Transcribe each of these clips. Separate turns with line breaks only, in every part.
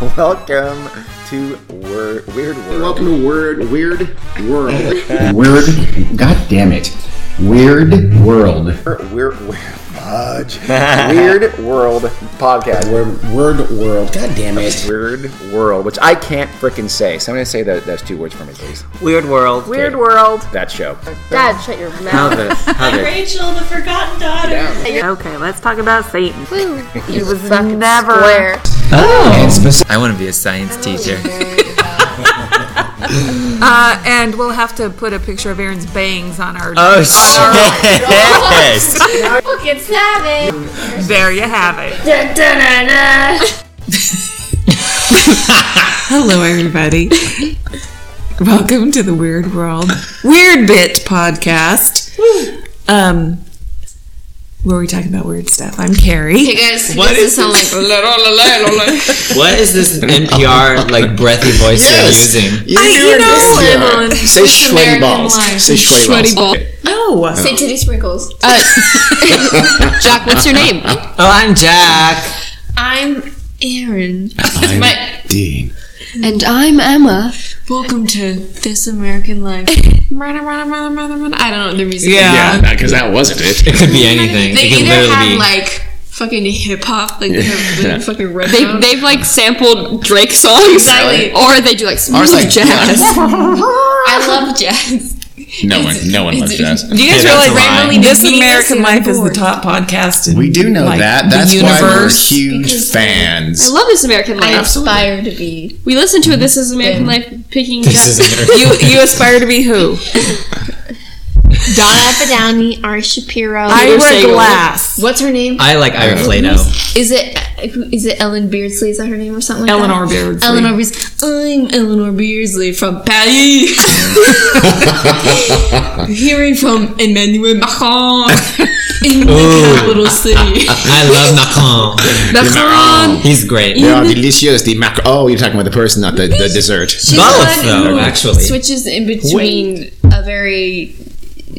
Welcome to Wor- Weird World.
Welcome to Word Weird World.
Weird. God damn it. Weird world.
Weird, Er, weird, weird, fudge. weird World podcast.
Word, word world. God damn it.
Weird World, which I can't frickin' say. So I'm gonna say tho- those two words for me, please.
Weird World.
Weird World.
That show.
Dad, shut your
How
mouth.
the how the
Rachel, the forgotten daughter.
Okay, let's talk about Satan.
You
was
suck and
never-
square.
And spec-
I want to be a science teacher.
Uh, and we'll have to put a picture of Aaron's bangs on our.
Oh shit! Yes.
Fucking savage.
there you have it.
Dun, dun, dun, dun.
Hello, everybody. Welcome to the Weird World Weird Bit Podcast. Um, where we talking about weird stuff? I'm Carrie.
guys,
What
this
is
sound like
What is this NPR like breathy voice
Yes.
they're using?
I,
you know, Lemon.
Say sweaty balls. Say sweaty balls.
No,
say titty sprinkles. Jack, what's your name?
Oh, I'm Jack.
I'm Aaron. My-
I'm Dean.
And I'm Emma. Welcome to This American Life. I don't know the music.
Yeah, because that wasn't it.
It could be anything.
They
it could
either
literally
have
be.
like fucking hip hop, like they have
Yeah.
fucking red.
They, they've like sampled Drake songs,
Exactly.
or they do like smooth
like,
jazz.
I love jazz.
No one, no one loves jazz.
Do you guys
Hey, that's
realize
a lie.
randomly
this
meaningless
American
and
Life is the
bored?
top podcast. In,
we do know
like,
that. That's
the
why we're
universe.
huge
I
fans.
love this American
I
Life.
aspire to be. Mm-hmm.
We listen to This Is American Life, picking
This is
up
American.
you, you aspire to be who?
Donna Fadani, R. Shapiro.
Ira
Sagal.
Glass.
What's her name?
I like Ira Plato.
Is it is it Ellen Beardsley? Is that her name or something? Like
Eleanor
that?
Beardsley.
Eleanor Beardsley. I'm Eleanor Beardsley from Paris. Hearing from Emmanuel Macron in the capital city.
I love Macron.
Macron.
He's great.
They are delicious. The mac. Oh, you're talking about the person, not the, the dessert.
She's
Both,
the one
though,
who
actually.
switches in between a very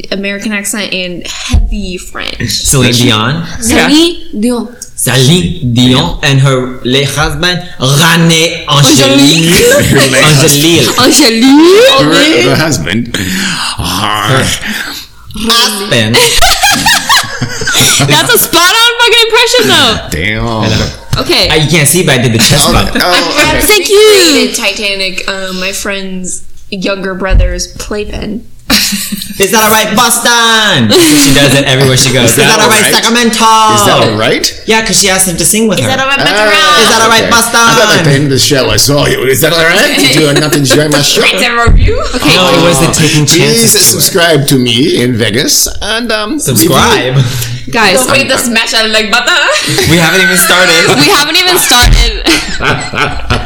American accent and heavy French.
Celine Dion.
Celine Dion.
Celine Dion and her late husband René Angelique. Angelique.
Oh,
Angelique.
Her, her husband. Ah,
Husband.
That's a spot on fucking impression, though.
Damn.
Okay,
I can't see, but I did the chest bump.
Oh, okay.
thank you.
Created Titanic, um, my friend's younger brother's playpen.
Is that alright, Boston? she does it everywhere she goes. Is
that
that alright,
alright?
Sacramento?
Is that all right?
Yeah, because she asked him to sing with her.
Is that
Uh,
all right, Buster?
I thought at the end of the show I saw you. Is that all right? Did you not enjoy my show?
okay. No, it was the taking
Please
chances. tour.
subscribe to me in Vegas and um. if you-
Subscribe.
guys,
Wait, the smash I like butter.
we haven't even started.
we haven't even started.
I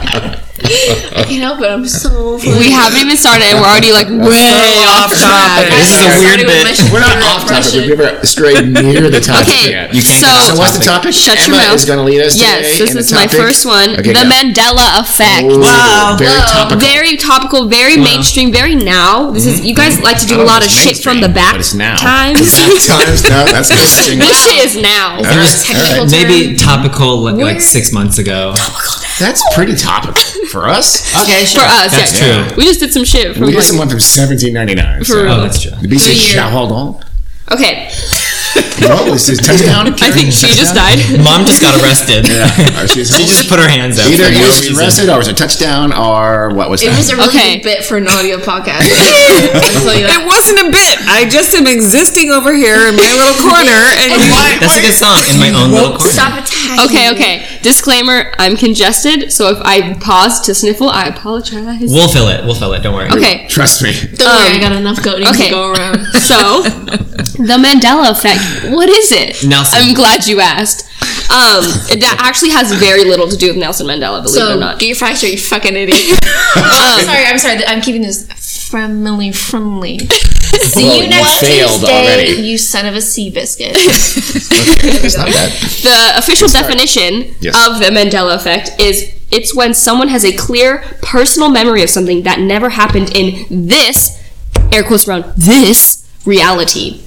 can't help it. I'm so. Funny.
We haven't even started, and we're already like way off track.
This is a weird bit.
We're not off topic. We've never strayed near the topic
Okay,
yet.
You can't
So
So-
what's the topic?
Oh, Shut
Emma
your mouth.
is going to lead us
Yes,
today
this
in
is
the
my
topic.
first one.
Okay,
the
go.
Mandela effect.
Ooh,
Wow.
Very topical. Mm-hmm.
Very topical, very mainstream, very now. This is you guys like to
I
do
don't
a lot
know
of
if it's
shit from the
mainstream,
back
but it's now.
times.
Times, no, that's interesting.
This shit is now. Oh,
All right, all right.
Maybe topical like, like six months ago.
That's pretty topical for us. Uh,
Okay,
Oh, For us,
That's
yeah.
true.
We just did some shit from
We did
like,
someone from 1799.
For
So.
real.
Oh, that's true.
The BC
Three year.
shall hold on.
Okay.
Whoa, this is touchdown.
I think she just died.
Mom just got arrested.
Oh, she's-
she just put her hands up.
Either
for no
you was
reason.
arrested or was a touchdown or what was
It was
that?
a really
Okay.
good bit for an audio podcast. I'll tell you that.
It wasn't a bit. I just am existing over here in my little corner, and you
That's a good song in my own little corner.
Stop attacking.
Okay, okay. Disclaimer, I'm congested, so if I pause to sniffle, I apologize.
We'll fill it. We'll fill it. Don't worry.
Okay.
Trust me.
Don't worry, I got enough goating
Um, okay.
to go around.
So the Mandela effect. What is it?
Nelson.
I'm glad you asked. Um, it- that actually has very little to do with Nelson Mandela, believe it or
So
not. Um,
get your facts straight, you fucking idiot. oh, I'm sorry, I'm sorry. I'm keeping this family friendly. See you next
failed
Tuesday,
already.
you son of a sea biscuit.
It's not bad.
The official definition
Yes.
of the Mandela effect is it's when someone has a clear personal memory of something that never happened in this air quotes around this reality.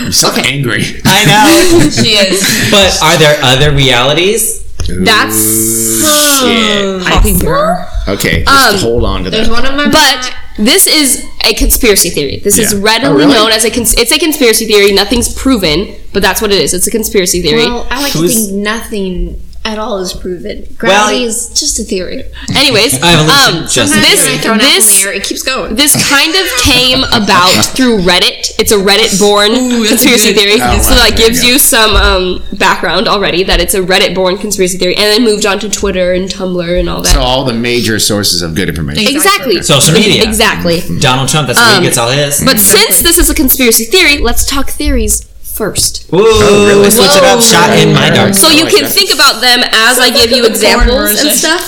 I'm so angry.
I know.
she is.
But are there other realities?
That's
Shit.
I think there are.
Okay, just
Um,
hold on to that.
One of my
but this is a conspiracy theory. This is
Yeah.
readily
Oh, really?
known as a cons- it's a conspiracy theory. Nothing's proven, but that's what it is. It's a conspiracy theory.
well, I like to
Who's-
think nothing at all is proven. Gravity is just a theory.
Anyways,
I only
um,
just-
this
I throw an apple in the
this
air, it keeps going.
this kind of came about through Reddit. It's a Reddit-born conspiracy
good-
theory,
Oh,
so
wow,
that
there you
gives
go.
you some um, background already that it's a Reddit-born conspiracy theory, and then moved on to Twitter and Tumblr and all that.
So all the major sources of good information.
exactly.
Social media.
Exactly.
Donald Trump. That's where he gets all his.
Um, But since this is a conspiracy theory, let's talk theories first.
Whoa!
Oh,
Switch it up. Shot in my dark.
So you can think about them as I give you examples and stuff.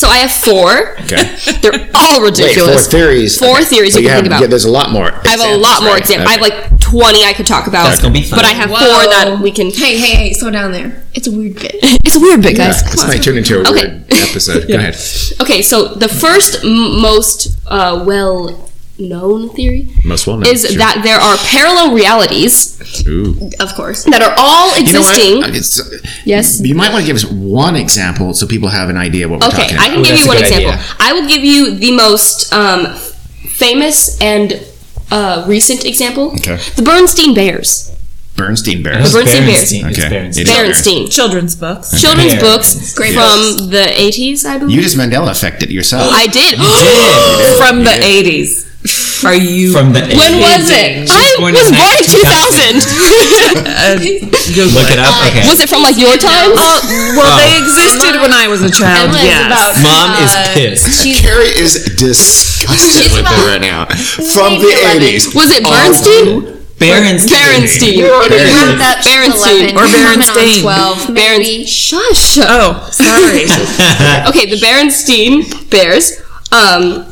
So I have four.
Okay.
They're all
Wait, four
ridiculous.
theories.
Four
Okay.
theories
But
you can
have-
think about.
Yeah, there's a lot more.
I have a lot more examples. I have like 20 I could talk about.
That's gonna be fun.
But I have four that we can.
Hey, hey, hey, slow down there. It's a weird bit.
It's a weird bit,
Yeah,
guys.
this might turn into a
Okay.
weird episode. Go ahead.
Okay, so the first m- most uh, well known theory
Most well known.
is
sure.
that there are parallel realities
Ooh.
Of course.
that are all
You know what?
existing.
Uh, it's-
Yes.
You might want to give us one example so people have an idea what we're
Okay,
talking
I
about.
can give
that's
you
a
one
good
example.
idea.
I will give you the most um, famous and uh, recent example.
Okay.
The Bernstein Bears.
Bernstein Bears.
Bernstein Bears.
Okay.
Bears.
It is.
Bernstein.
Children's books.
Children's
Bear.
books from the 80s, I believe.
You just Mandela affected yourself.
I did.
From the 80s. Are you.
From the
when was it? I
born
was
in
born in
2000.
2000.
Look it up. Okay.
was it from like your time?
Oh, well, they existed when I was a child.
Emma is
Yes.
about-
Mom is
uh,
pissed.
Carrie is disgusted with it right now. From the 80s.
was it Bernstein?
Berenstain.
Berenstein.
Berenstain.
That's
Berenstain.
11.
Or
Berenstain.
12,
Berenstain.
maybe.
Shush.
Oh, sorry.
Okay, the Berenstain Bears. Um,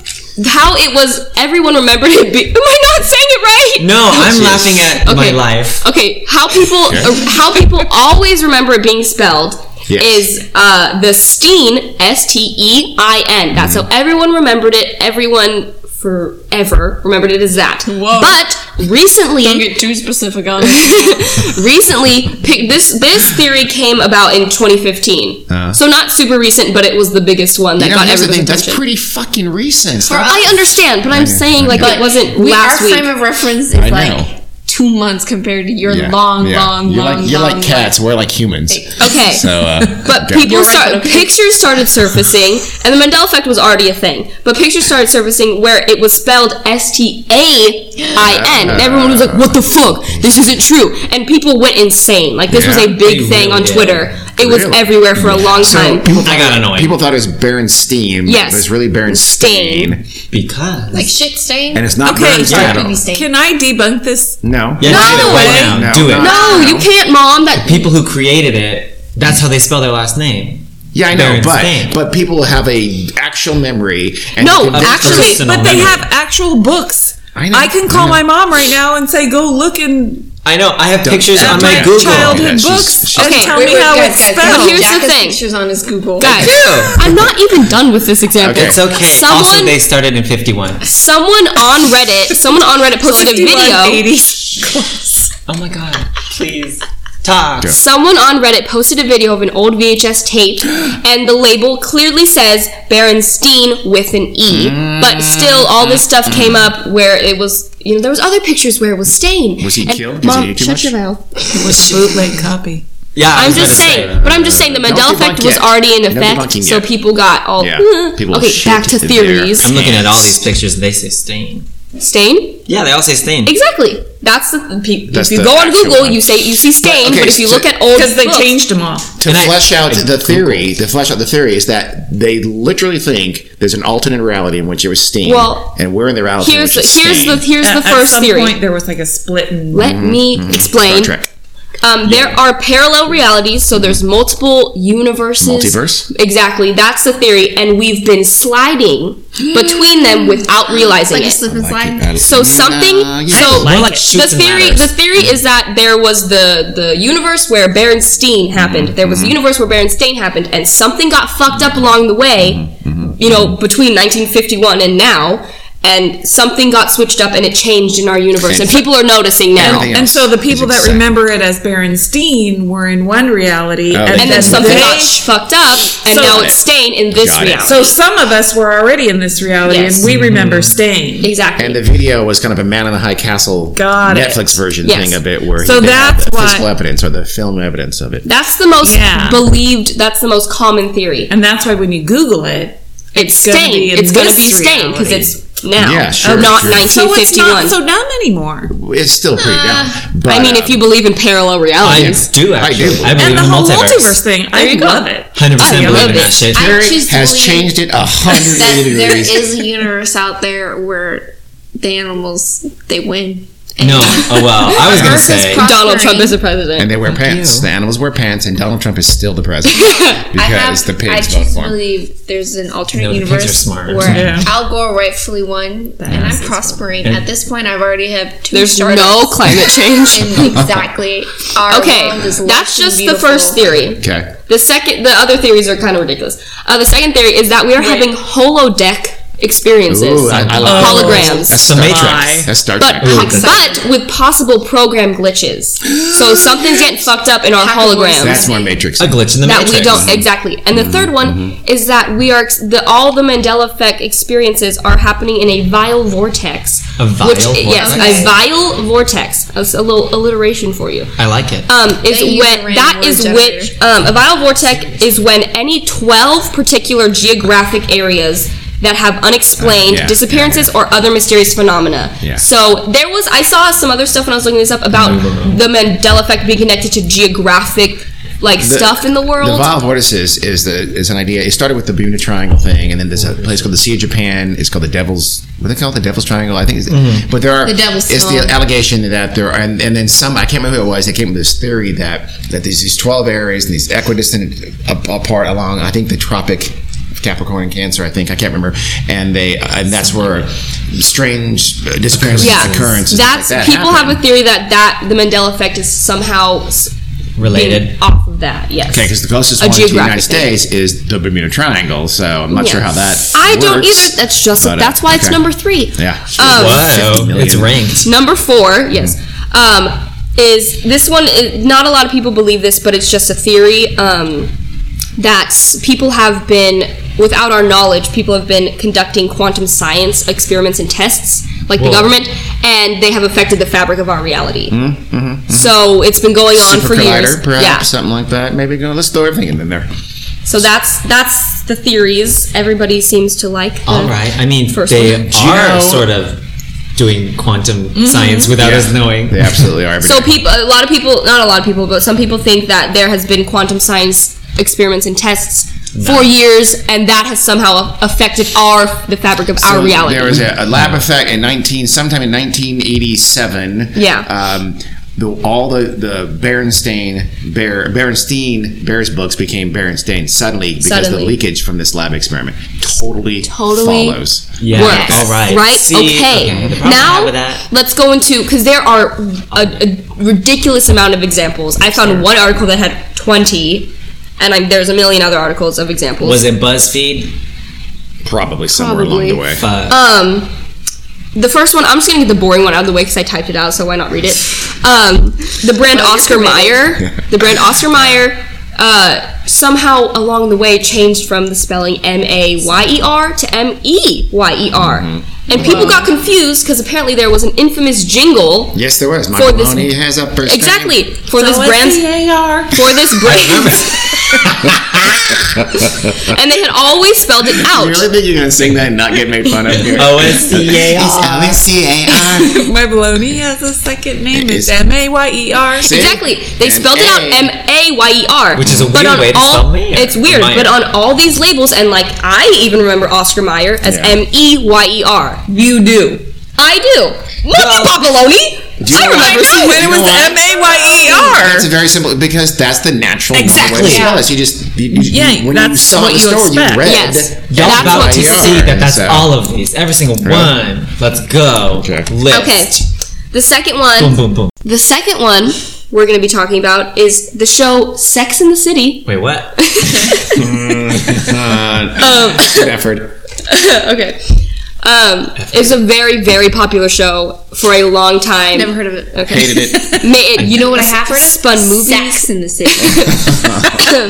how it was, everyone remembered it. Be- Am I not saying it right?
No, I'm laughing at my
Okay.
life.
Okay, how people uh, how people always remember it being spelled
Yes.
is uh, the Steen S T E I N. That's
Mm-hmm.
how everyone remembered it. Everyone forever remembered it as that. But recently,
Get too specific on
recently pic- this this theory came about in 2015.
Uh-huh.
So not super recent, but it was the biggest one that
You know,
got
here's the
everyone's
thing. That's
attention.
pretty fucking recent.
I understand, but I'm saying like it wasn't
we,
last
our
week.
frame of reference is
I know.
like two months compared to your
Yeah,
long,
yeah.
long,
you're
long,
like, You're
long.
like cats. We're like humans.
Okay.
So, uh,
But
go.
people start
okay.
pictures started surfacing, and the Mandela effect was already a thing. But pictures started surfacing where it was spelled S T A I N. And Everyone was like, "What the fuck? This isn't true!" And people went insane. Like this was
Yeah,
a big
they
thing
really
on
did.
Twitter. It was
Really?
everywhere for a long
So
time.
people
I got annoyed.
People thought it was Berenstein. but
Yes.
It was really Berenstein.
because.
like shit stain.
And it's not
Okay,
Berenstein
yeah.
at all.
Kidney stain.
Can I debunk this?
No.
yeah, do it right now.
No,
do it.
no.
no, you can't, Mom. That
People who created it, that's how they spell their last name.
Yeah, I know,
Berenstain.
but but people have a actual memory. And
No,
they can-
actually-
Okay,
Personal
but they
memory.
have actual books.
I know,
I can
I
call
know.
my mom right now and say, go look in
I know. I have pictures
at
on
my
my Google.
childhood
Yeah, she's-
books
she's-
and
Okay,
tell
wait,
me
wait,
how
guys,
it's
guys,
spelled.
but here's
Jack
the
has
thing.
pictures on his Google.
guys,
do.
I'm not even done with this example.
Okay.
It's okay. also,
Someone-
they started in 51.
Someone on Reddit, someone on Reddit posted a video.
5180s.
Oh my god. Please. Talk.
Go.
Someone on Reddit posted a video of an old VHS tape, and the label clearly says Berenstein with an E. But still, all this stuff
Mm-hmm.
came up where it was, you know, there was other pictures where it was stain.
Was he
And
killed? 'Cause he
Mom,
ate too
shut
much?
your mouth.
Was bootleg copy.
Yeah, I
I'm
was
just
gonna
saying,
say.
but I'm just saying the Mandela
debunk
effect was
yet.
already in
No
effect,
debunking
so
yet.
people got all.
Yeah, people
okay,
shit
back to
their
theories.
I'm looking at all these pictures and they say stain.
Stain?
Yeah, they all say stain.
Exactly. That's the. pe-
That's
if you
the
go on
actual
Google,
one.
you say you see stain, but,
okay,
if you
so-
look at old
Because they
books-
changed them all.
to
And I-
flesh out the theory, to flesh out the theory is that they literally think there's an alternate reality in which it was steam,
Well,
and Oh, we're in the reality in
Here's the,
which it's
here's the
steam.
here's the
At-
first
At some
theory.
point, there was like a split and
Let me explain.
Star Trek.
Um, there are parallel realities, so there's multiple universes.
Multiverse?
Exactly. That's the theory, and we've been sliding between them without realizing it.
slip and slide.
So something. So
Mine like
the
shoots and
theory, the
ladders.
theory is that there was the the universe where Berenstain happened. There was a universe where Berenstain happened, and something got fucked up along the way. You know, between 1951 and now. and something got switched up and it changed in our universe, and people are noticing now.
Everything
And
else
so the
is
people that
exact-
remember it as Baron Steen were in one reality,
Oh,
And then
That's
something
they-
got sh- fucked up, and
So-
now it's staying in this
Got it.
reality.
so some of us were already in this reality,
Yes.
and we remember staying.
exactly.
And the video was kind of a Man in the High Castle
Got it.
Netflix version
Yes.
thing of it, where
So
they had
that's
the
why-
physical evidence or the film evidence of it.
that's the most
Yeah.
believed. That's the most common theory.
And that's why when you Google it,
It's
gonna be
staying.
in
It's going to be
this
staying because
reality.
it's now,
Yeah, sure,
not
sure.
so it's not
1951.
so dumb anymore.
It's still pretty down. But,
I mean,
uh,
if you believe in parallel
I
realities,
do actually.
do.
I, believe
And the
in
whole multiverse
multiverse.
thing, I
There you go.
love it.
Hundred percent
I
believe in
love
that
it.
shit.
I
Barry
choose to
has
believe
changed it a
that
hundred
there
degrees.
is a universe out there where the animals they win.
No, oh well, I was gonna
Earth is
say.
pro-
Donald
Sorry.
Trump is the president.
and they wear pants. The animals wear pants, and Donald Trump is still the president because
I have.
the
I
pigs vote
choose to
for him.
believe there's an alternate
No, the pigs are
universe
smart.
where
Yeah.
Al Gore rightfully won, and I'm prospering.
And-
At this point, I've already have two.
There's
startups
no climate change.
and exactly. Our
okay,
world is lush
that's
and
just the
beautiful.
first theory.
Okay,
The second, the other theories are kind of ridiculous. Uh, the second theory is that we are having holodeck experiences,
Ooh, I- I like
Oh. holograms,
the Matrix.
that's Star
but
Trek.
but with possible program glitches. So something's getting fucked up in our holograms.
that's more Matrix.
A glitch in the
That
Matrix.
we don't exactly, and the
Mm-hmm.
third one is that we are ex- the all the Mandela effect experiences are happening in a vile vortex.
A vile
which,
vortex?
Yes, a vile vortex. That's a little alliteration for you
I like it.
um, is
They use a
when
random
that
word
is
generator.
which um, a vital vortex is when any 12 particular geographic areas that have unexplained
Uh, yeah,
disappearances or other mysterious phenomena.
Yeah.
So there was I saw some other stuff when I was looking this up about the Mandela effect being connected to geographic like
The-
stuff in the world.
The Vile Vortices is the is an idea. It started with the Bermuda Triangle thing, and then there's a place called the Sea of Japan. It's called the Devil's. What do they call it? The Devil's Triangle, I think. It's, But there are
The Devil's
It's
Skull.
the allegation that there are, and, and then some. I can't remember who it was. They came with this theory that that there's these twelve areas and these equidistant a- apart along. I think the tropic. of Capricorn and Cancer, I think I can't remember, and they and that's where strange uh, disappearances,
yeah,
occurrences, things
that's
like that
people
happen.
have a theory that that the Mandela effect is somehow s- being
Related.
off of that. Yes.
Okay, because the closest
A
one to the United
geographic area.
States is the Bermuda Triangle, so I'm not sure how that.
I don't
works.
either. That's just
But, uh,
that's why it's
okay.
number three.
Yeah.
Um,
Whoa,
50 million.
it's ranked.
Number four,
Mm-hmm.
yes, um, is this one. i- Not a lot of people believe this, but it's just a theory um, that s- people have been, without our knowledge, people have been conducting quantum science experiments and tests, like the
Whoa.
government, and they have affected the fabric of our reality.
Mm-hmm,
So it's been going on
Super
for
collider,
years.
perhaps
yeah.
something like that. Maybe go. Let's throw everything in there.
So that's that's the theories. Everybody seems to like. the-
All right. I mean,
First
they
one. Mm-hmm.
you
are
know-
sort of doing quantum science without us knowing.
They absolutely are.
So
everything.
people, a lot of people, not a lot of people, but some people think that there has been quantum science experiments and tests for years, and that has somehow affected our the fabric of our reality.
There was a, a lab effect in 19, sometime in 1987.
Yeah.
Um, the, all the the Berenstain Bear Berenstein Bears books became Berenstain suddenly because
Suddenly.
the leakage from this lab experiment totally,
Totally.
follows.
Yeah.
Works,
All right.
Right.
See?
okay.
The problem I have
Now
with that-
let's go into because there are a, a ridiculous amount of examples. I found one article that had twenty, and I'm, there's a million other articles of examples.
was it BuzzFeed?
Probably somewhere along the way.
Fuck.
Um, the first one, I'm just gonna get the boring one out of the way because I typed it out, so why not read it? Um, the brand Oscar Mayer, the brand Oscar Mayer, uh, somehow along the way changed from the spelling M A Y E R to M E Y E R,
Mm-hmm.
and people got confused because apparently there was an infamous jingle.
Yes, there was.
For
Michael
this-
Maloney has a first name.
Exactly for this brand
OSCAR.
for this brand, and they had always spelled it out.
You really think you're gonna sing that and not get made fun of here?
Oh, OSCAR.
L-E-C-A-R.
My baloney has a second name.
It is-
It's M A Y E R.
See?
Exactly. They
And
spelled it out
A.
M A Y E R.
Which is a weird way to
all,
spell Mayer.
It's weird,
Mayer.
but on all these labels, and like I even remember Oscar Mayer as
Yeah.
M E Y E R.
You do.
I do. Monkey Papaloni. I remember seeing
When it was M A Y E R.
That's a very simple because that's the natural way to
Exactly.
spell it. You just you, you,
Yeah,
when you
that's
saw
what
it in
you
the store,
expect.
you read.
Yes.
Y'all
That's
about
what
to
you
see
are,
that that's
so-
all of these. Every single one. Let's go.
Okay.
Okay.
List.
The second one.
Boom, boom, boom.
The second one we're going to be talking about is the show Sex in the City.
Wait, what?
Mm, Uh, Stafford.
okay. Um, it's a very, very popular show for a long time.
Never heard of it.
Okay.
Hated it.
Ma- it- you know what I
have
have
heard of?
Spun movies.
Sex in the City.
Um.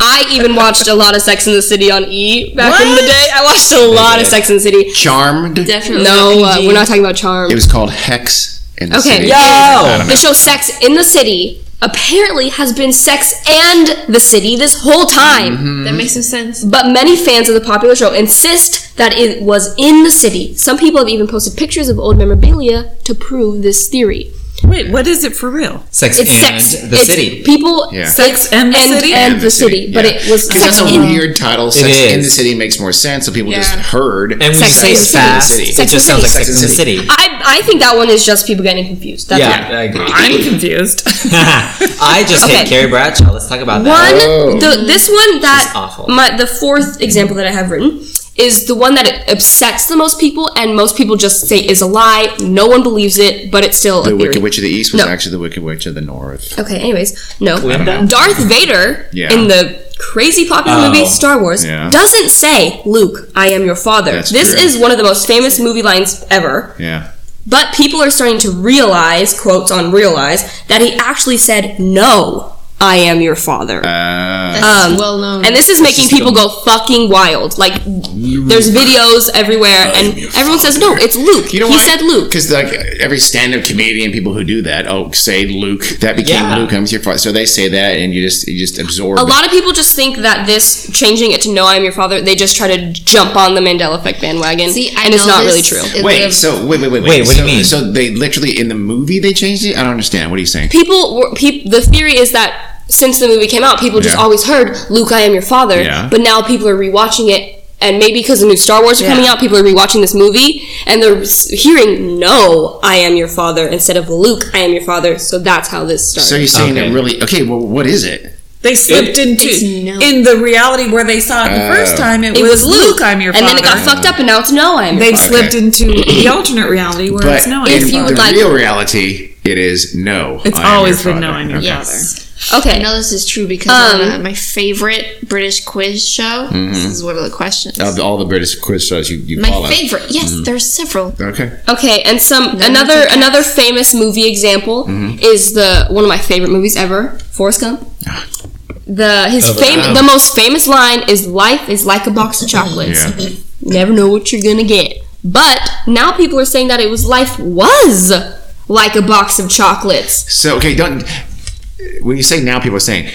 I even watched a lot of Sex in the City on E back in the day. I watched a lot of Sex in the City.
Charmed. It
Definitely.
No, uh, we're not talking about Charm.
was called Hex in the City.
Okay.
Yo!
The show Sex in the City apparently has been Sex and the City this whole time.
Mm-hmm.
That makes no sense.
But many fans of the popular show insist that it was in the city. Some people have even posted pictures of old memorabilia to prove this theory.
Wait, what is it for real?
Sex
It's
and
sex.
the
it's
city.
People.
Yeah.
Sex and the city?
And, the city. But it was
because
sex
that's a
in
weird title. Sex in
is.
the City makes more sense, so people just
Yeah.
heard.
And when you
Sex
say
and the City.
fast,
Sex
it
and the
just sounds like
City.
Sex in the City.
I, I think that one is just people getting confused. That's
Yeah, I agree.
I'm confused.
I just
Okay.
hate Carrie Bradshaw. Let's talk about that.
One,
Oh.
the, this one that
It's awful.
my the fourth example that I have written is the one that it upsets the most people, and most people just say is a lie. No one believes it, but it's still
the
a theory.
Wicked Witch of the East was
No.
actually the Wicked Witch of the North.
Okay. Anyways, no.
Linda?
Darth Vader
Yeah.
in the crazy popular
Oh.
movie Star Wars
Yeah.
doesn't say, "Luke, I am your father."
That's
this
true.
is one of the most famous movie lines ever.
Yeah.
But people are starting to realize, quotes on realize, that he actually said, "No, I am your father."
Uh,
Um,
well known.
and this is making people go fucking wild. Like, there's videos everywhere, and everyone says, "No, it's Luke."
you know
he
why?
said Luke.
because like every stand-up comedian, people who do that, oh, say Luke, that became
Yeah.
Luke. I'm your father. So they say that, and you just you just absorb.
A
it.
lot of people just think that this changing it to "No, I'm your father," they just try to jump on the Mandela effect bandwagon,
See, I
and it's
know
not
this-
really true.
it
Wait,
lives-
so wait, wait, wait, wait.
Wait, what do
so,
you mean?
So they literally in the movie they changed it. I don't understand. What are you saying?
People, were, peop, the theory is that since the movie came out, people just
Yeah.
always heard "Luke, I am your father,"
Yeah.
but now people are rewatching it. And maybe because the new Star Wars are coming out, people are rewatching this movie and they're s- hearing "No, I am your father" instead of "Luke, I am your father." So that's how this started.
So you're saying
Okay.
that really? Okay, well, what is it?
They slipped into
It's no-
in the reality where they saw it the first
Oh.
time. It,
It
was,
was Luke,
Luke. I'm your
and
father.
then it got fucked up, and now it's no, I'm.
They've
Okay.
slipped into the alternate reality where
But
it's no.
in
you
the
would like-
real reality, it is no.
It's
I am
always
your
been no,
father.
I'm your
Okay.
yes.
okay.
I know this is true because
Um,
on uh, my favorite British quiz show,
Mm-hmm.
this is one of the questions.
Of all the British quiz shows you, you
my
follow.
favorite. Yes,
Mm-hmm.
there's several.
Okay.
Okay, and some another another famous movie example
Mm-hmm.
is the one of my favorite movies ever, Forrest Gump. The his fam- the most famous line is "Life is like a box of chocolates.
Yeah.
Never know what you're gonna get." But now people are saying that it was life was like a box of chocolates.
So okay, don't. When you say now, people are saying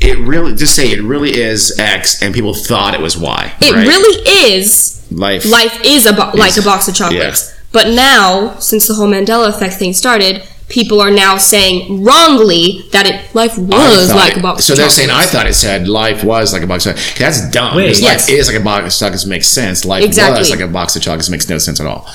it really. Just say it really is X, and people thought it was Y.
It
right?
really is
life.
life is a bo- like a box of chocolates. But now, since the whole Mandela effect thing started, people are now saying wrongly that it life
I
was
thought
like
it-
a box
So
of
they're
chocolates.
saying I thought it said life was like a box of chocolates. That's dumb.
Wait.
Because
Yes.
Life is like a box of chocolates makes sense. Life
Exactly.
was like a box of chocolates makes no sense at all.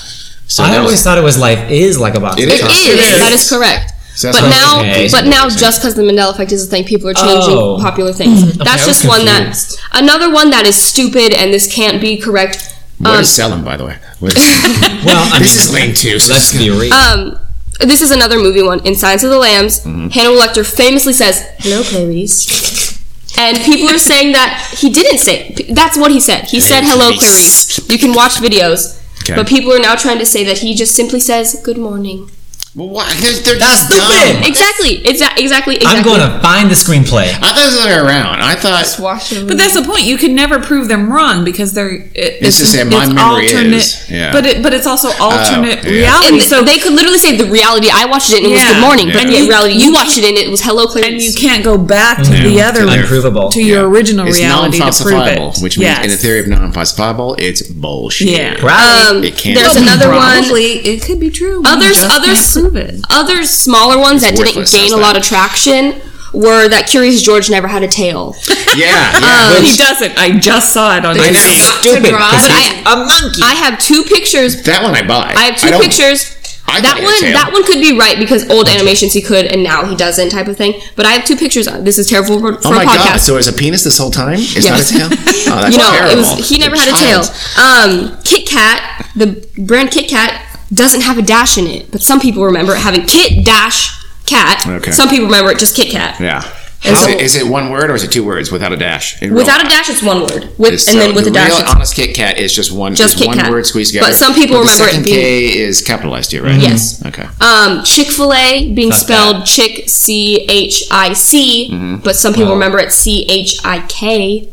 So
I
that
always
was-
thought it was life is like a box
It
of
is.
it
chocolates.
is,
It is.
That is correct.
so that's what
But
I was
now,
confused
but
with.
now, just because the Mandela effect is a thing, people are changing
Oh.
popular
Mm.
things. That's
I was
just one that
confused.
another one that is stupid and this can't be correct.
what
um,
is selling, by the way? What is,
Well, I mean,
this is linked to. so
let's be real.
Um, this is another movie one. In Science of the Lambs,
Mm-hmm.
Hannibal Lecter famously says, "Hello, Clarice," and people are saying that he didn't say. That's what he said. He said, "Hello,
Clarice."
Clarice." You can watch videos,
Okay.
but people are now trying to say that he just simply says, "Good morning."
Well, why? They're, they're
That's
just dumb.
stupid.
Exactly. Exa- exactly. Exactly.
I'm going to find the screenplay.
I thought it was the other way around. I thought
Watch them.
But that's the point. You can never prove them wrong because they're. It,
It's just that my memory is. Yeah. Oh,
But it, but it's also alternate
yeah.
reality.
And
so
they could literally say the reality. I watched it and it was
Yeah.
good morning, but
Yeah.
the reality you watched it and it was hello, Clarice.
and you can't go back to the other
Unprovable.
to your original
it's
reality to prove
non-falsifiable,
it,
which means
Yes.
in the theory of non-falsifiable, it's bullshit.
Yeah.
Right.
Um,
It can't
there's
be
another one.
Probably it could be true. We
Others-
just can't
others-
prove it.
other smaller ones that didn't
worthless,
gain
how's
a lot
that?
of traction were that Curious George never had a tail.
Yeah, yeah.
But
which-
he doesn't. I just saw it on.
I know.
Stupid. Because
drive.
he's a monkey.
I have two pictures.
that one I buy.
I have two
don't-
pictures.
I
that
don't
one,
get a tail.
that one could be right because old animations he could and now he doesn't type of thing. But I have two pictures. uh, This is terrible for, for
Oh
a
my god!
podcast.
So it's a penis this whole time? It's not
Yes.
a tail? Oh, that's
you know,
terrible.
it was he never
The
had a tail.
child.
Um, Kit Kat, the brand Kit Kat doesn't have a dash in it, but some people remember it having Kit Dash Cat.
Okay.
Some people remember it just Kit Kat.
Yeah.
And
How-
so-
is it one word or is it two words without a dash? In real
Without a
life?
dash, it's one word. With
It's-
and
so
then with
the
a dash,
real
it's
honest Kit Kat is just one,
Just
just
Kit
one
Kat.
word squeezed
But
together.
some people
the
remember it
second
being-
K is capitalized here, right?
Yes.
Okay.
Um, Chick Fil A being
Fuck
spelled Chick C H I
Mm-hmm.
C, but some people remember it C H I K.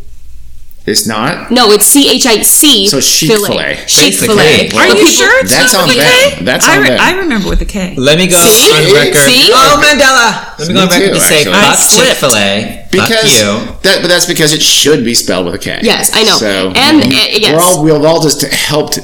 It's not.
No, it's C H I C.
So Chick Fil A.
Chick Fil A.
Are you
sure it's
That's on them. That's
I,
on
re-
them.
I remember with a K.
Let me go on record.
See,
Oh, Mandela.
Let me go on
Me
record
too,
to say
actually.
fuck
I slipped.
Chick Fil A. Fuck
because
you.
that, but that's because it should be spelled with a K.
Yes, I know.
So
And,
you-
uh, yes.
we're all we've all just helped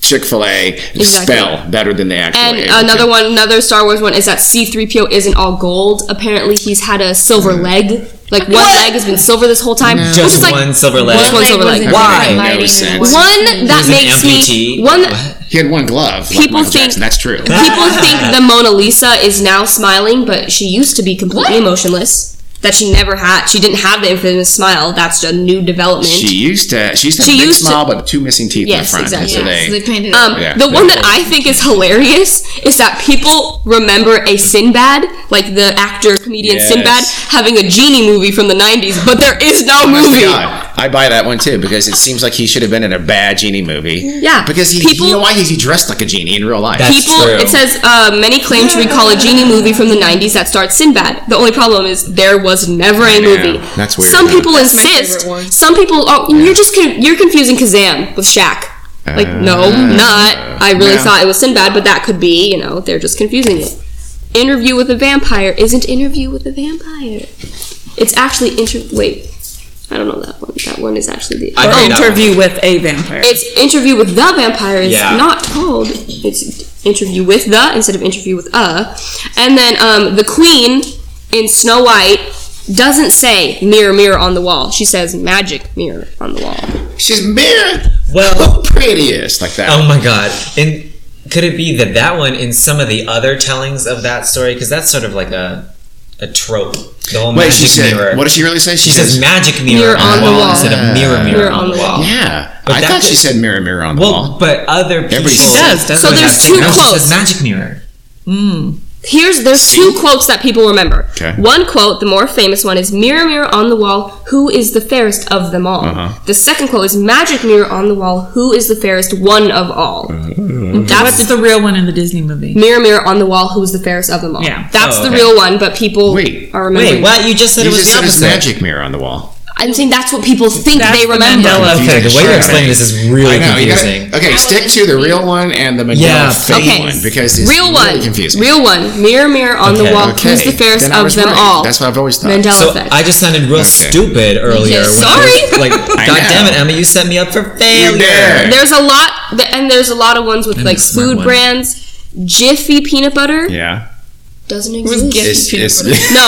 Chick Fil A spell better than they
and
actually.
another one, another Star Wars one is that C three PO isn't all gold. Apparently, he's had a silver
Mm-hmm.
leg. Like one leg has been silver this whole time. Which
Just
is like
one silver leg.
Just one silver
was
leg.
in
Why?
different
No
lighting and
sense.
one-
One that
He's an
makes me
amputee.
one.
What?
He had one glove.
People
People like
think-
think Jackson. that's true.
People think the Mona Lisa is now smiling, but she used to be completely emotionless. That she never had. She didn't have the infamous smile. That's a new development.
She used to. She used to have
She
a big
used to-
small but two missing teeth
Yes,
in the front.
exactly.
So
Yeah, so they
they,
painted it.
um,
Yeah,
the
they
one that
were.
I think is hilarious is that people remember a Sinbad, like the actor comedian
Yes.
Sinbad, having a genie movie from the '90s, but there is no
Honest to
movie.
Oh God, I buy that one too because it seems like he should have been in a bad genie movie.
Yeah,
Because he,
people-
you know why he's he dressed like a genie in real life.
That's-
People,
true.
it says uh, many claim to recall a genie movie from the '90s that starred Sinbad. The only problem is there was never a
know.
movie.
That's weird,
Some
huh?
people
my
insist.
favorite one.
Some people, oh, you're just con- you're confusing Kazam with Shaq. Like, no,
Uh,
not. I really
no.
thought it was Sinbad, but that could be. You know, they're just confusing it. Interview with a vampire isn't interview with a vampire. It's actually inter. Wait, I don't know that one. That one is actually the.
I
oh,
made up.
Interview with a vampire.
it's interview with the vampire is
Yeah.
not called it's interview with the instead of interview with a and then um, the queen in snow white doesn't say mirror mirror on the wall she says magic mirror on the wall
She's mirror.
Well-
who prettiest like that?
Oh my god. And could it be that that one in some of the other tellings of that story because that's sort of like a a trope. The whole
Wait,
magic
she said.
mirror.
What does she really say?
she says magic mirror, on, the wall, instead of mirror mirror, on the wall.
Yeah,
But
I
that
thought she
is-
said mirror, mirror on the
Well,
wall.
but other people.
Everybody says,
doesn't
So it? there's two
No, she says
quotes.
magic mirror.
Here's there's two quotes that people remember.
Okay.
One quote, the more famous one, is "Mirror, mirror on the wall, who is the fairest of them all."
Uh-huh.
The second quote is "Magic mirror on the wall, who is the fairest one of all." That's
What's the real one in the Disney movie?
"Mirror, mirror on the wall, who is the fairest of them all."
Yeah.
That's
Oh,
the
okay.
real one, but people
Wait.
are remembering.
Wait, what? You just said
You
it was
just
the
said it's
opposite.
magic mirror on the wall.
I'm saying that's what people think they
the
remember.
Mandela
Confusing
Okay, the way
shit.
you're explaining this is really
I know, you gotta-
confusing.
okay, stick to the real one and the Mandela
Yeah.
fake
Okay.
one because it's
real one,
really confusing.
real one. Mirror, mirror on the
Okay.
wall,
Okay,
who's the fairest
then I
of
was
them
right.
all?
That's what I've always thought.
Mandela
So
effect.
I just sounded real
Okay.
stupid earlier. when I was,
Sorry.
Like,
I
God damn
know.
it, Emma, you set me up for failure.
did.
There's a lot, th- and there's a lot of ones with
I'm
like
the smart
food
one.
brands. Jiffy peanut butter
yeah,
doesn't exist.
it's, it's,
no,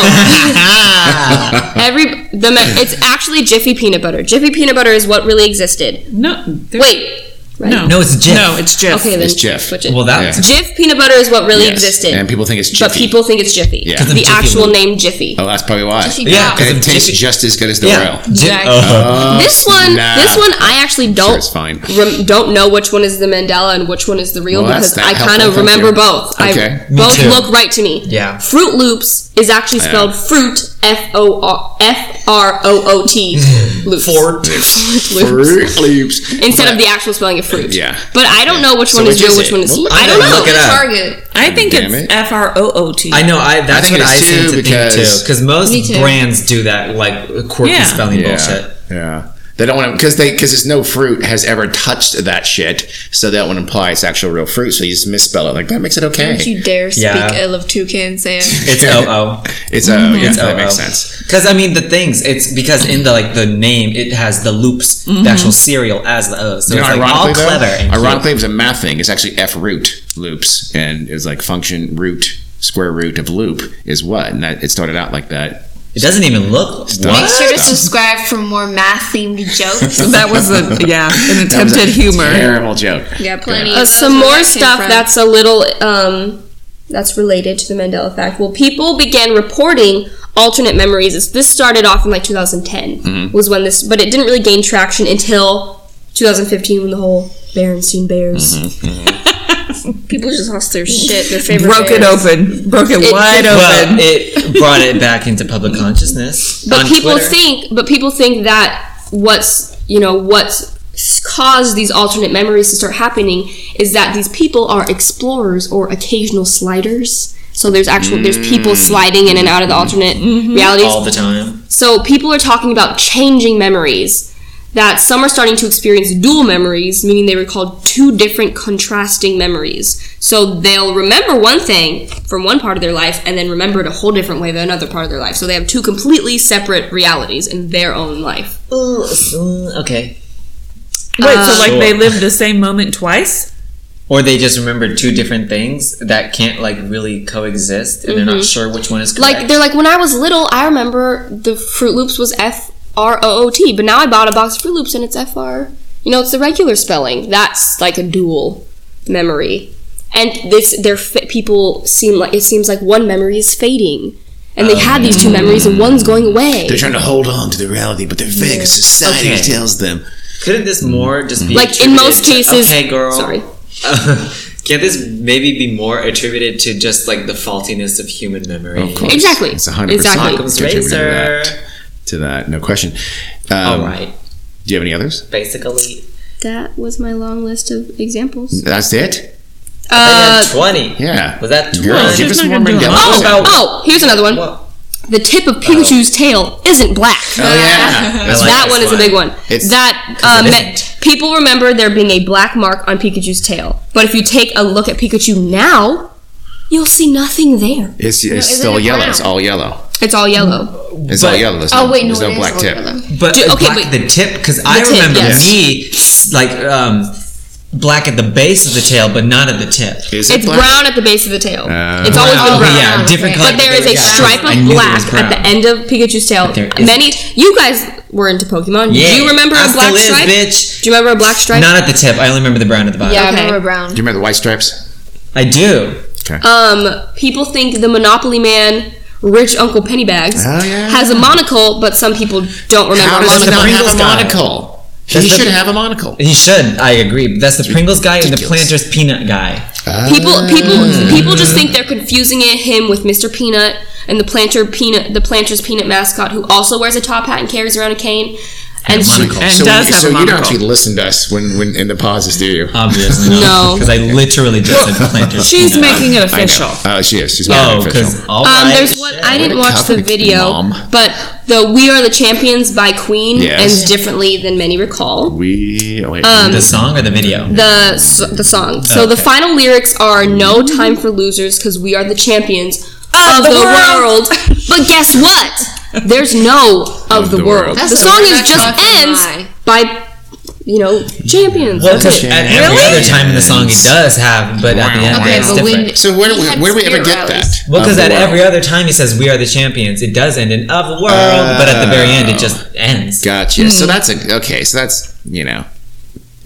Ah.
every the me- it's actually Jiffy peanut butter. Jiffy peanut butter is what really existed.
No. there-
Wait, right?
No.
No, it's Jif.
No, it's Jif.
Okay, then
It's Jif.
switch it.
Well, that's
Yeah.
Jif peanut butter is what really
Yes.
existed,
and people think it's
but
Jiffy.
people think it's Jiffy.
Yeah.
'Cause of
The
Jiffy
actual
Lube.
name Jiffy.
oh, that's probably why.
Jiffy
Yeah,
Pop.
because
And it
of
tastes
Jiffy.
just as good as the
Yeah.
real.
Jif-
Exactly.
Uh,
this one,
nah.
this one, I actually don't
it's fine.
rem- don't know which one is the Mandela and which one is the real
Well, that's
because
that
I kind of
helpful. Thank
remember
you.
both.
Okay.
I, both
too.
look right to me.
Yeah.
Fruit Loops is actually spelled fruit F O R F R O O T loops
Fort.
Fruit Loops.
Fruit loops.
instead of the actual spelling of fruit.
Yeah.
But I don't know which
So
one is
which
real,
is
which
it?
one is.
Well,
I
I'm
don't
gonna
know.
look it up.
Target.
I think
Damn
it's
it.
F R O O T.
I know. I that's
think
what
it
I
is
seem
too,
to
because-
think too. Because most
Me too.
brands do that, like quirky
Yeah.
spelling
yeah.
bullshit.
Yeah. They don't want to because they because it's no fruit has ever touched that shit, so that would imply it's actual real fruit. So you just misspell it like that makes it okay.
Don't you dare speak
Yeah.
ill of Toucan Sam.
It's O O.
It's oh yeah, that
Oh,
makes
oh.
sense.
Because I mean, the things it's because in the like the name, it has the loops,
Mm-hmm.
the actual cereal as the O. So
You know,
it's like all
ironically, though,
clever. And cute.
ironically, it was a math thing. It's actually f root loops, and it's like function root square root of loop is what, and that it started out like that.
it doesn't even look.
Make
What?
sure to subscribe for more math themed jokes.
That was a
That
yeah, an
was
attempted
a
humor.
Terrible joke.
Yeah, plenty.
Uh,
of those
some
where
more
that came
stuff
from.
that's a little um, that's related to the Mandela effect. Well, people began reporting alternate memories. It's, this started off in like 2010 was when this, but it didn't really gain traction until 2015 when the whole Berenstain Bears People just lost their shit. Their favorite
Broke it
bands.
open. Broke it,
It-
wide
Well,
open.
it brought it back into public consciousness.
But
on
people
Twitter.
think, but people think that what's you know what's caused these alternate memories to start happening is that these people are explorers or occasional sliders. So there's actual there's people sliding in and out of the alternate realities.
Mm. Mm-hmm. all the time.
So people are talking about changing memories. That some are starting to experience dual memories, meaning they recall two different contrasting memories. So they'll remember one thing from one part of their life and then remember it a whole different way than another part of their life. So they have two completely separate realities in their own life.
Ooh, mm, okay.
Wait, so like
Sure.
they lived the same moment twice?
Or they just remember two different things that can't like really coexist, and they're not sure which one is correct.
Mm-hmm. Like they're like, when I was little, I remember the Fruit Loops was F R O O T, but now I bought a box of Fruit Loops and it's F R. You know, it's the regular spelling. That's like a dual memory, and this their fa- people seem like it seems like one memory is fading, and they had these two memories and one's going away.
They're trying to hold on to the reality, but their vague society
Okay.
tells them.
Couldn't this more just be
Like in most
attributed to-
cases,
Okay, girl.
Sorry,
Can this maybe be more attributed to just like the faultiness of human memory?
Of course.
Exactly.
It's 100%
Exactly.
Occam's
contributed to
razor.
that. To that, no question. Um,
All right,
Do you have any others?
basically,
that was my long list of examples.
That's it?
Uh,
twenty.
Yeah.
Was that
Girl, give
twenty?
us more in depth.
oh,
about-
oh, here's another one.
Whoa.
The tip of Pikachu's tail isn't black.
Oh, yeah. That's
I like
that
this
one is a
one.
big one.
It's-
that uh, me- people remember there being a black mark on Pikachu's tail, but if you take a look at Pikachu now, you'll see nothing there.
It's, it's
isn't
still
it
yellow.
brown?
It's all yellow.
It's all yellow.
It's all yellow. There's
Oh,
no,
wait, no,
there's
it
no
is
black
all
tip.
yellow.
But uh,
Ju- okay,
black
wait.
the tip because I
tip,
remember
yes.
me like um, black at the base of the tail, but not at the tip.
Is it
It's
black?
brown at the base of the tail.
Uh,
it's always been
Oh,
brown.
yeah, different
okay.
color.
But there is a
yeah.
stripe
I
of
knew it
black
was
at the
brown.
end of Pikachu's tail.
But there isn't.
Many you guys were into Pokemon.
Yeah.
Do you remember a
Hasta
black
Liz,
stripe?
bitch.
Do you remember a black stripe?
Not at the tip. I only remember the brown at the bottom.
Yeah, I
Okay.
remember
Do
brown.
you remember the white stripes?
I do.
Um, people think the Monopoly Man, rich Uncle Pennybags,
Oh, yeah.
has a monocle, but some people don't remember
How
a
does he
monocle.
not have
Pringles
a
guy.
monocle?
That's
He
the-
should have a monocle.
He should. I agree. That's the Pringles guy and the
ridiculous.
Planters peanut guy.
people,
Ah.
Hmm.
people, people just think they're confusing it, him with Mr. Peanut and the planter peanut, the planter's peanut mascot, who also wears a top hat and carries around a cane. And um, she-
And
so
does
we-
have
so
a
you don't
monocle.
actually listen to us when, when in the pauses, do you?
Obviously
No.
Because I literally just said Planters
She's
peanut.
making it
I know.
official.
Oh, she is. She's
Oh,
not official.
because all
um,
right,
there's one I didn't
What a
watch the
topic,
video,
Mom.
but the "We Are the Champions" by Queen
Yes.
ends differently than many recall.
We oh, wait.
the song or the video.
the so- the song. So the final lyrics are "No time for losers, because we are the champions of,
the
the,
world."
world. But guess what? There's no of, the,
the world.
world.
That's
the
a
song is
direct
just
off the
ends
line.
by you know champions.
well,
That's
'cause
it.
at every
Really?
other time in the song he does have, but at the end
Okay,
it's
but
different.
so where do we,
had
where do we ever
spirit
get
rallies.
that?
Well, because
Of
at
the
every
world.
other time he says, "We are the champions." It does end in "of the world," but at the very end, it just ends.
Gotcha.
Hmm.
So that's a okay. So that's you know,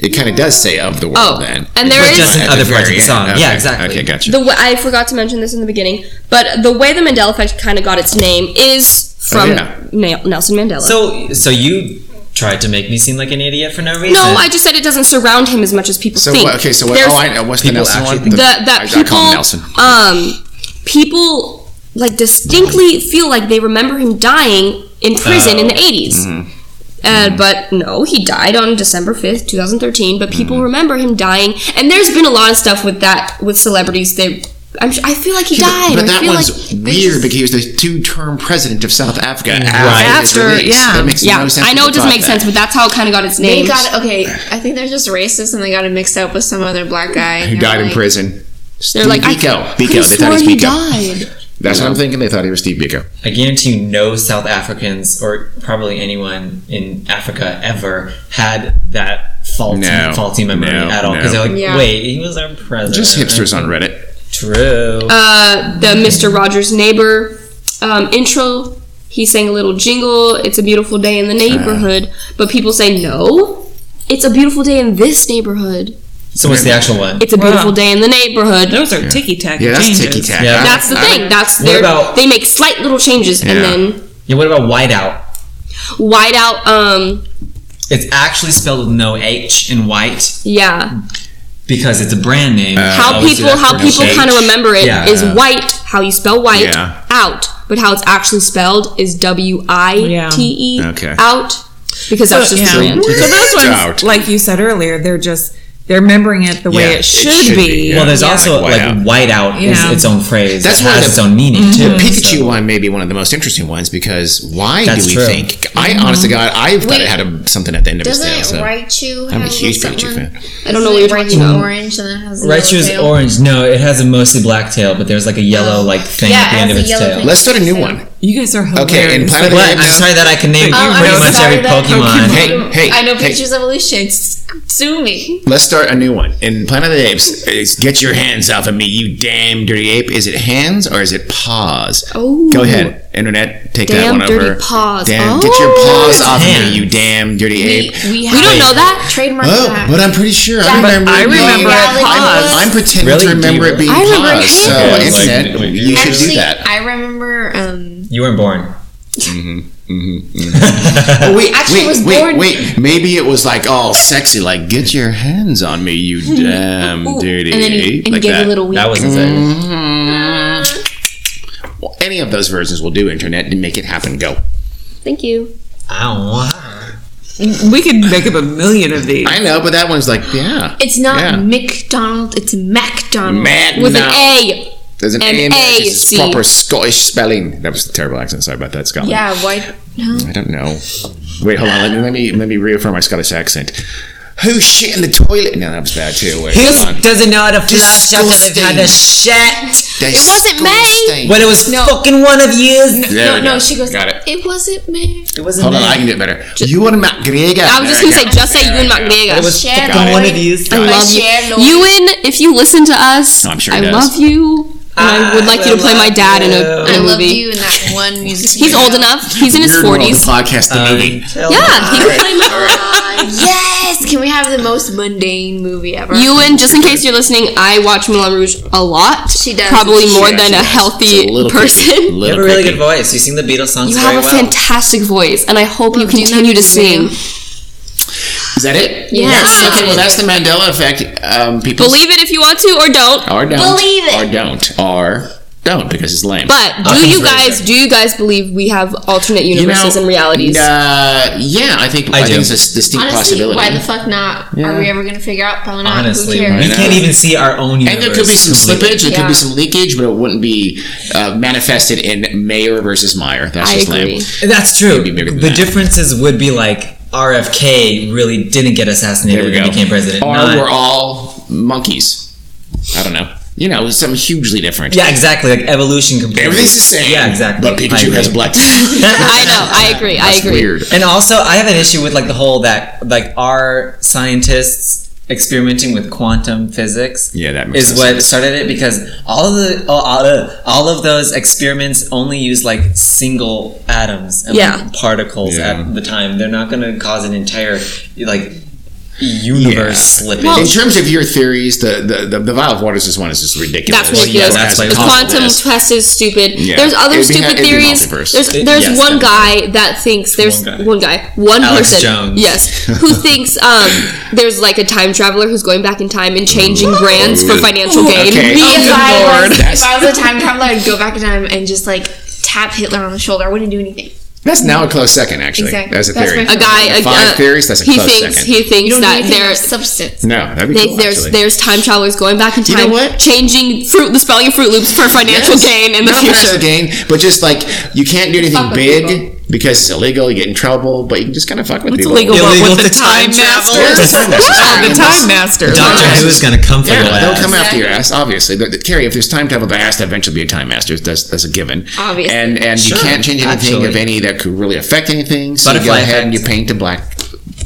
it kind of does say of the world
Oh,
then,
and there
But
is-
just
At
at
the other parts of
very
the song.
end.
Yeah,
Okay.
exactly.
Okay, gotcha.
The way, I forgot to mention this in the beginning, but the way the Mandela effect kind of got its name is from
Oh, yeah.
Na- Nelson Mandela.
So, so you tried to make me seem like an idiot for no reason.
no, I just said it doesn't surround him as much as people
so
think.
what, okay, so what,
There's-
oh, I know what's the
people
Nelson
actually
one?
think-
The-
the, that
I,
people
I call him Nelson.
um people like distinctly feel like they remember him dying in prison in the
Oh.
80s
Mm-hmm.
Uh, but no, he died on December 5th, 2013. But people
Mm-hmm.
remember him dying. And there's been a lot of stuff with that, with celebrities. They, I'm, su- I feel like he died.
But
I
that
feel
one's
like
weird because he was the two-term president of South Africa after,
After,
his release.
yeah.
That makes
Yeah,
no sense.
I know
people
it doesn't
thought
make
that.
sense, but that's how it kind of got its name.
They got okay. I think they're just racist and they got it mixed up with some other black guy. and
Who
they're
died in
like,
prison?
They're like, I
Biko.
could
Biko.
have
They thought
sworn
he was
he
Biko.
died.
That's what I'm thinking. They thought he was Steve Biko.
I guarantee you, no South Africans or probably anyone in Africa ever had that faulty,
No,
faulty memory
no,
at all. Because
no.
they're like,
Yeah.
wait, he was our president.
Just hipsters on Reddit.
True.
uh, the Mr. Rogers neighbor um, intro. He sang a little jingle. It's a beautiful day in the neighborhood, but people say no. It's a beautiful day in this neighborhood.
so what's the actual one?
It's a beautiful day in the neighborhood.
Those are ticky tack
Yeah, that's Uh,
changes.
ticky tack.
Yeah.
That's the thing. That's
What
their,
about-
they make slight little changes
Yeah.
and then
Yeah, what about whiteout?
white out. Um,
It's actually spelled with no H in white,
yeah,
because it's a brand
Oh.
name.
how
Always do
people
that
how
for
people
H.
kind of remember it is
Yeah. Yeah.
white how you spell white
Yeah.
out but how it's actually spelled is w-i-t-e
Yeah. Okay.
E out because that's just the brand
So those ones,
Out.
like you said earlier, they're just they're remembering it the way
Yeah,
it should, be.
yeah.
Well, there's
Yeah.
also
Like
like
whiteout.
whiteout
Yeah.
is its own phrase.
That's
That's it
one of
has
the-
its own meaning too.
The Pikachu
so-
one may be one of the most interesting ones because why
That's
do we
true.
think? I honest
Mm-hmm.
to God, I thought it
Wait.
had a, something at the end of its
Doesn't
tail. So.
it Raichu
I'm
have
a huge
little
Pikachu
something?
fan.
i don't know what you're
Raichu
talking about
orange and then it has a
Raichu
yellow
is
tail. Oh.
orange. No, it has a mostly black tail, but there's like a yellow like thing
Yeah,
at the end
it
of
has a
its
yellow
tail.
thing.
Let's start a new one.
You guys are hilarious.
Okay, and Planet of the
But
Apes
I'm sorry that I can name
Oh, I'm
pretty much
sorry
every
that-
Pokemon.
Hey, hey,
I know
hey.
Pikachu's evolution. S- Sue me.
Let's start a new one. In Planet of the Apes, it's get your hands off of me, you damn dirty ape. Is it hands or is it paws?
Oh.
Go ahead, internet, take that
Damn
one
dirty
over.
paws.
Damn,
Oh.
get your paws off of
hands.
me, you damn dirty
We,
ape.
we,
we
have
don't know that
trademark
Oh,
that.
but I'm pretty sure. I remember.
I remember
it
it
I'm,
paws.
I'm pretending
Really?
to remember
Do you
it being
I remember
paws. So,
hands.
it's
Yeah,
internet,
like- like-
you should
Actually,
do that.
I remember. Um,
You weren't born.
Oh, wait, wait,
Actually, I was
wait,
born-
wait. Maybe it was like all sexy, like "Get your hands on me, you damn dirty
and then he,
ape,"
and he
like
gave
that. Mm-hmm.
a little wink.
That was insane.
Well, any of those versions will do, internet, to make it happen. Go.
thank you
Mm. Ow.
We could make up a million of these.
I know, but that one's like, yeah.
It's not
Yeah.
McDonald. It's MacDonald.
Mac
with
now.
an a
There's an A in there,
M.A.C..
it's just proper Scottish spelling. That was a terrible accent. Sorry about that, Scotland.
Yeah, why?
I don't know. Wait, hold on. Let me let me, let me reaffirm my Scottish accent. Who shit in the toilet? No, that was bad too. Wait, hold on.
doesn't know how to
flush after they've had a
shit.
It
wasn't me.
When it was fucking one of you.
No, no. She goes.
Got it.
It wasn't me.
It wasn't
Hold on, I can do it better. you and MacGregor.
i was just gonna say just say you and mcgregor
Share
fucking one
Lloyd.
of
these.
I love you.
share Lloyd.
Ewan, if you listen to us,
I'm sure
I
he does.
love you. And I would like you to play my dad in a,
I
in a
love
movie.
you in that one music.
He's old enough. He's in his um,
Weird World, the
40s.
podcast,
Um,
the movie.
Yeah, he would play my
Uh, yes. Can we have the most mundane movie ever?
Ewan, just in case you're listening, I watch Moulin Rouge a lot.
She does.
Probably more
Yeah,
than
she
a
does. It's
healthy
a little creepy,
person.
You
little
have a really
creepy.
good voice. You sing the Beatles songs
You
very
have a
well.
fantastic voice, and I hope
do
you
that
continue to
video.
sing.
Is that it?
Yeah.
Okay, well, that's the Mandela effect. Um, people
Believe it if you want to or don't.
or don't
Believe it.
or don't or don't because it's lame.
But
I
do
think it's
you
very
guys do you guys believe we have alternate
You know,
universes and realities?
Uh, yeah, I think I,
I do.
think it's a s- distinct
Honestly,
possibility.
why the fuck not? Are we ever gonna figure out? Probably not.
Honestly,
Who
we
cares?
I know.
can't even see our own universe.
and there could be some
completely.
slippage. There could
Yeah.
be some leakage, but it wouldn't be uh, manifested in Mayer versus Meyer. That's
I
just
agree.
lame.
That's true.
Maybe bigger than
the
that.
differences would be like RFK really didn't get
There
assassinated
we
and
go.
became president.
Or
not-
we're all monkeys. I don't know. You know, something hugely different.
yeah, exactly. Like evolution. Completely.
Everything's the same.
Yeah, exactly.
But
I
Pikachu
agree.
has a black.
I know. I agree. I
That's
agree.
weird.
And also, I have an issue with like the whole that like our scientists experimenting with quantum physics.
Yeah, that makes
is
no
what
sense.
started it because all of the all, all, uh, all of those experiments only use like single atoms and
Yeah.
like, particles
Yeah.
at the time. They're not going to cause an entire like universe slippage.
in terms of your theories, the the, the, the vial of waters is one is just ridiculous.
That's
yeah,
ridiculous.
that's why
As
it's
possible
Quantum
as-
test is stupid.
Yeah.
There's other
It'd be-
stupid
it'd be
theories.
multiverse.
There's
It-
there's
yes,
one
definitely.
guy that thinks there's
One guy.
one guy, one
Alex
person,
Jones.
yes, who thinks um there's like a time traveler who's going back in time and changing brands for financial gain.
Okay.
Me
Oh,
and
If
good
I-
I,
lord.
was,
That's-
if I was a time traveler, I'd go back in time and just like tap Hitler on the shoulder. I wouldn't do anything.
That's now a close second, actually.
Exactly.
As a
That's
theory.
my
a guy, a,
Five
a-
theories, that's a
he
close
thinks
second.
he
You
thinks
don't
that
need anything
there
of substance.
no, that'd be
they,
cool.
there's
actually.
there's time travelers going back in
know
time,
what?
changing fruit the spelling of Fruit Loops for financial
Yes.
gain in the
Not financial
future.
gain, but just like you can't do anything
Fuck with
big
people.
because it's illegal. You get in trouble, but you can just kind of fuck with
What's
people.
illegal, about
Illegal
with the
to
time,
time travel.
masters?
Yeah.
The time masters.
Doctor Who is going to come for
Yeah,
your
they'll
ass.
come after your ass. Obviously, the, the- Carrie. If there's time travel, there has to eventually be a time master. That's that's a given.
Obviously.
and and you
Sure,
can't change anything
actually.
of any that could really affect anything. So you
Butterfly
go ahead and you
effect.
paint a black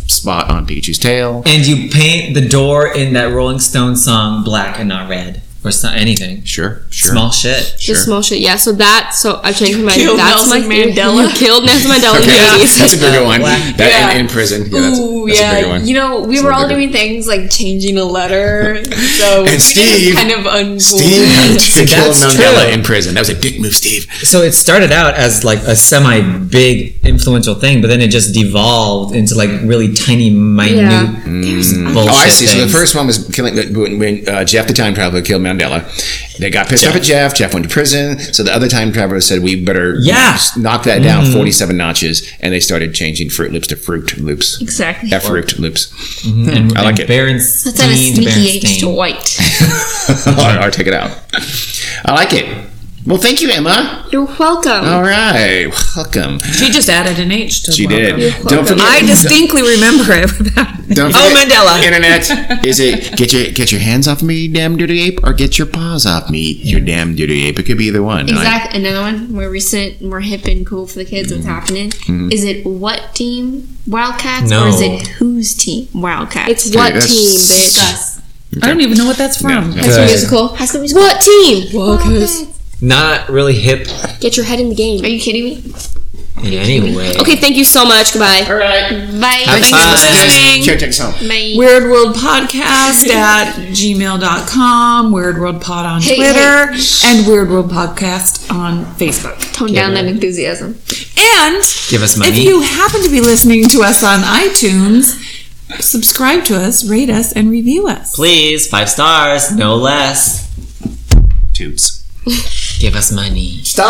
spot on Pikachu's tail.
And you paint the door in that Rolling Stone song black and not red. or it's not anything.
Sure, sure.
Small shit.
Just small shit. Yeah. So that. So I've changed my.
Killed
that's
Nelson
my theory.
Mandela.
Killed Nelson Mandela. in the
Okay, that's,
80s.
that's a bigger one.
Black-
That
Yeah.
in, in prison. Yeah, that's,
Ooh,
that's a bigger
yeah.
one.
You know, we
That's
were
a
all
bigger
doing things like changing a letter. So
And Steve-
kind of uncool.
Steve had to kill
that's
Mandela
true.
in prison. That was a dick move, Steve.
So it started out as like a semi big influential thing, but then it just devolved into like really tiny, minute
Yeah.
bullshit.
Oh, I see. So the
things.
first one was killing when, when uh, Jeff, the time traveler, killed Mandela. They got pissed off at Jeff. Jeff went to prison. So the other time traveler said, "We better
Yeah.
s- knock that down forty-seven notches." And they started changing Fruit Loops to Fruit Loops.
Exactly.
F Fruit Loops.
and,
I like
and
it.
Berenstain
Let's add a
to
sneaky H
Berenstain.
to white.
or, or take it out. I like it. Well, thank you, Emma.
You're welcome.
All right, welcome.
She just added an H to
She
welcome.
did. Don't forget.
I distinctly remember it. Without
Don't
Oh,
forget,
Mandela.
Internet is it get your get your hands off me, you damn dirty ape, or get your paws off me, you damn dirty ape. It could be either one. And I-
Exactly. Another one more recent, more hip and cool for the kids.
Mm-hmm.
What's happening? Is it what team Wildcats or is
No.
it whose team Wildcats?
It's
Okay,
what
that's-
team, bitch.
I don't even know what that's from.
No,
High School
Good.
Musical. High School Musical. What team?
Not really hip
Get your head in the game. Are you kidding me?
in any way.
Okay. Thank you so much. Goodbye. All right. Bye.
Thanks for listening. Care, take us home.
Bye.
Weird World Podcast at gmail.com, Weird World Pod on
Hey,
Twitter, and Weird World Podcast on Facebook.
Tone down that enthusiasm.
And
Give us
if
money.
you happen to be listening to us on iTunes, subscribe to us, rate us, and review us.
Please, five stars, no less.
Toots.
Give us money.
Stop.